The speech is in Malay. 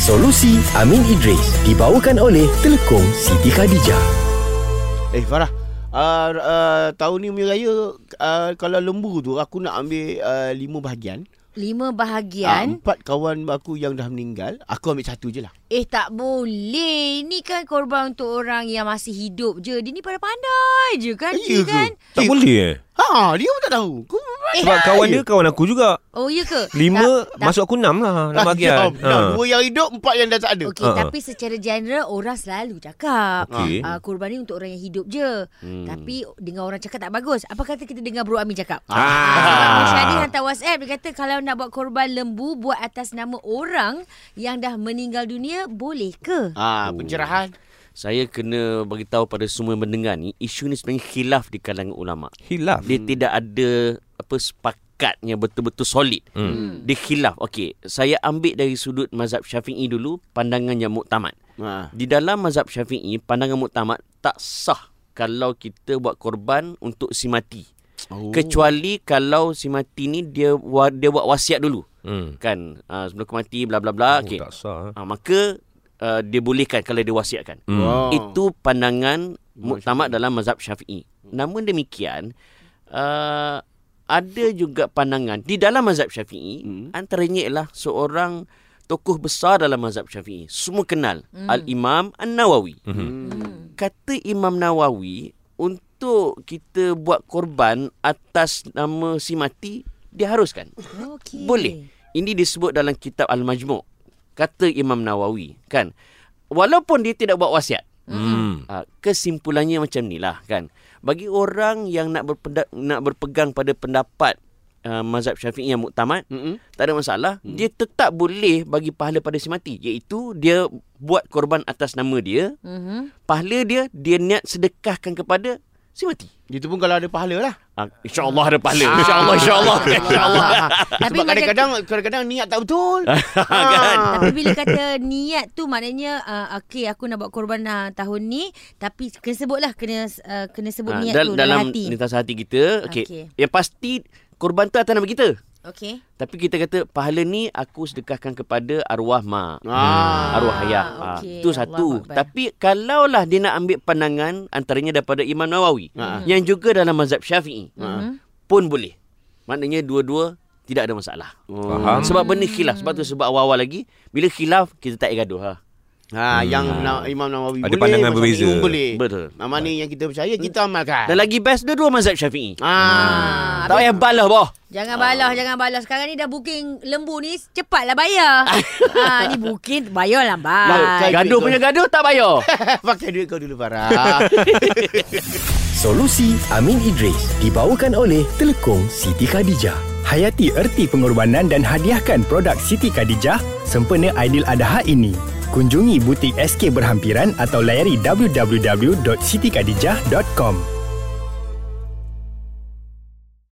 Solusi Amin Idris dibawakan oleh Telekom Siti Khadijah. Eh Farah Uh, uh, tahun ni punya raya uh, Kalau lembu tu Aku nak ambil uh, Lima bahagian Ah, Lima bahagian. Empat kawan aku Yang dah meninggal Aku ambil satu je lah Eh tak boleh. Ni kan korban untuk orang yang masih hidup je. Dia ni pada pandai je kan. Ya Dia ke? kan. Tak boleh eh Ha, dia pun tak tahu Kau Eh, Sebab kawan dia kawan aku juga Oh ya ke? Lima Tak- tak- Masuk aku enam lah Enam Ah, bahagian ya, Ha. dah, Dua yang hidup Empat yang dah tak ada Okey, Ha, ha. tapi secara general orang selalu cakap Okey. uh, korban ni untuk orang yang hidup je. Hmm. Tapi dengan orang cakap tak bagus. Apa kata kita dengar Bro Amin cakap? Ah. Abang Syadi hantar WhatsApp dia kata kalau nak buat korban lembu buat atas nama orang yang dah meninggal dunia boleh ke? Ah, pencerahan Saya kena beritahu pada semua yang mendengar ni Isu ni sebenarnya khilaf di kalangan ulama Hilaf Dia tidak ada apa sepakatnya betul-betul solid hmm. Dia khilaf Okey, saya ambil dari sudut mazhab syafi'i dulu Pandangan yang muktamad ha. Di dalam mazhab syafi'i Pandangan muktamad tak sah Kalau kita buat korban untuk si mati Oh. Kecuali kalau si mati ni dia wa- dia buat wasiat dulu Hmm. Kan uh, sebelum aku mati bla bla Oh, bla Okey. Tak sah eh. Ha, maka uh, dia bolehkan kalau dia wasiatkan. Hmm. Wow. Itu pandangan muktamad dalam mazhab Syafi'i. Namun demikian, uh, ada juga pandangan di dalam mazhab Syafi'i, Hmm. antaranya ialah seorang tokoh besar dalam mazhab Syafi'i. Semua kenal Al-Imam An-Nawawi. Hmm. Kata Imam Nawawi untuk kita buat korban atas nama si mati diharuskan. Okey. Boleh. Ini disebut dalam kitab Al-Majmu' kata Imam Nawawi kan. Walaupun dia tidak buat wasiat. Hmm. Ha, kesimpulannya macam ni lah kan. Bagi orang yang nak berpenda- nak berpegang pada pendapat uh, mazhab Syafi'i yang muktamad, Mm-mm. tak ada masalah. Hmm. Dia tetap boleh bagi pahala pada si mati iaitu dia buat korban atas nama dia, Mhm. pahala dia dia niat sedekahkan kepada si mati. Ah. Itu pun kalau ada pahala lah Ah. Ha, InsyaAllah ada pahala. InsyaAllah, insyaAllah. InsyaAllah Tapi Sebab macam- kadang-kadang Kadang-kadang niat tak betul Kan? Ah. Tapi bila kata niat tu maknanya uh, okey aku nak buat korban uh, tahun ni tapi kena sebutlah kena uh, kena sebut Ah, niat dal- tu dalam, dalam hati. lintas hati kita. Okey. Okey. Okay. Yang pasti korban tu atas nama kita. Okey. Tapi kita kata pahala ni aku sedekahkan kepada arwah mak. Ah. Arwah ayah. Ah, okey. itu satu. Allahu Akbar. Tapi kalaulah dia nak ambil pandangan antaranya daripada Imam Nawawi Ah. Hmm. yang juga dalam mazhab Syafi'i Mhm. pun boleh. Maknanya dua-dua tidak ada masalah. Faham. Sebab benda khilaf. Sebab tu sebab awal-awal lagi bila khilaf kita tak payah gaduh ha. Ha, Hmm. yang na- Imam Nawawi Ada boleh, pandangan Mazhab berbeza. Imam boleh. Betul. Ha, mana yang kita percaya kita amalkan. Dan lagi best dua-dua mazhab Syafi'i. ha. Ah, Tak payah balah bawah. Jangan Ah. balas, jangan balas. Sekarang ni dah booking lembu ni, cepatlah bayar. ha, ni booking, bayar Baik, lambat. kan. Gaduh punya gaduh tak bayar. Pakai duit kau dulu Farah. Solusi Amin Idris dibawakan oleh Telekom Siti Khadijah. Hayati erti pengorbanan dan hadiahkan produk Siti Khadijah sempena Aidil Adha ini. Kunjungi butik SK berhampiran atau layari www.sitikhadijah.com.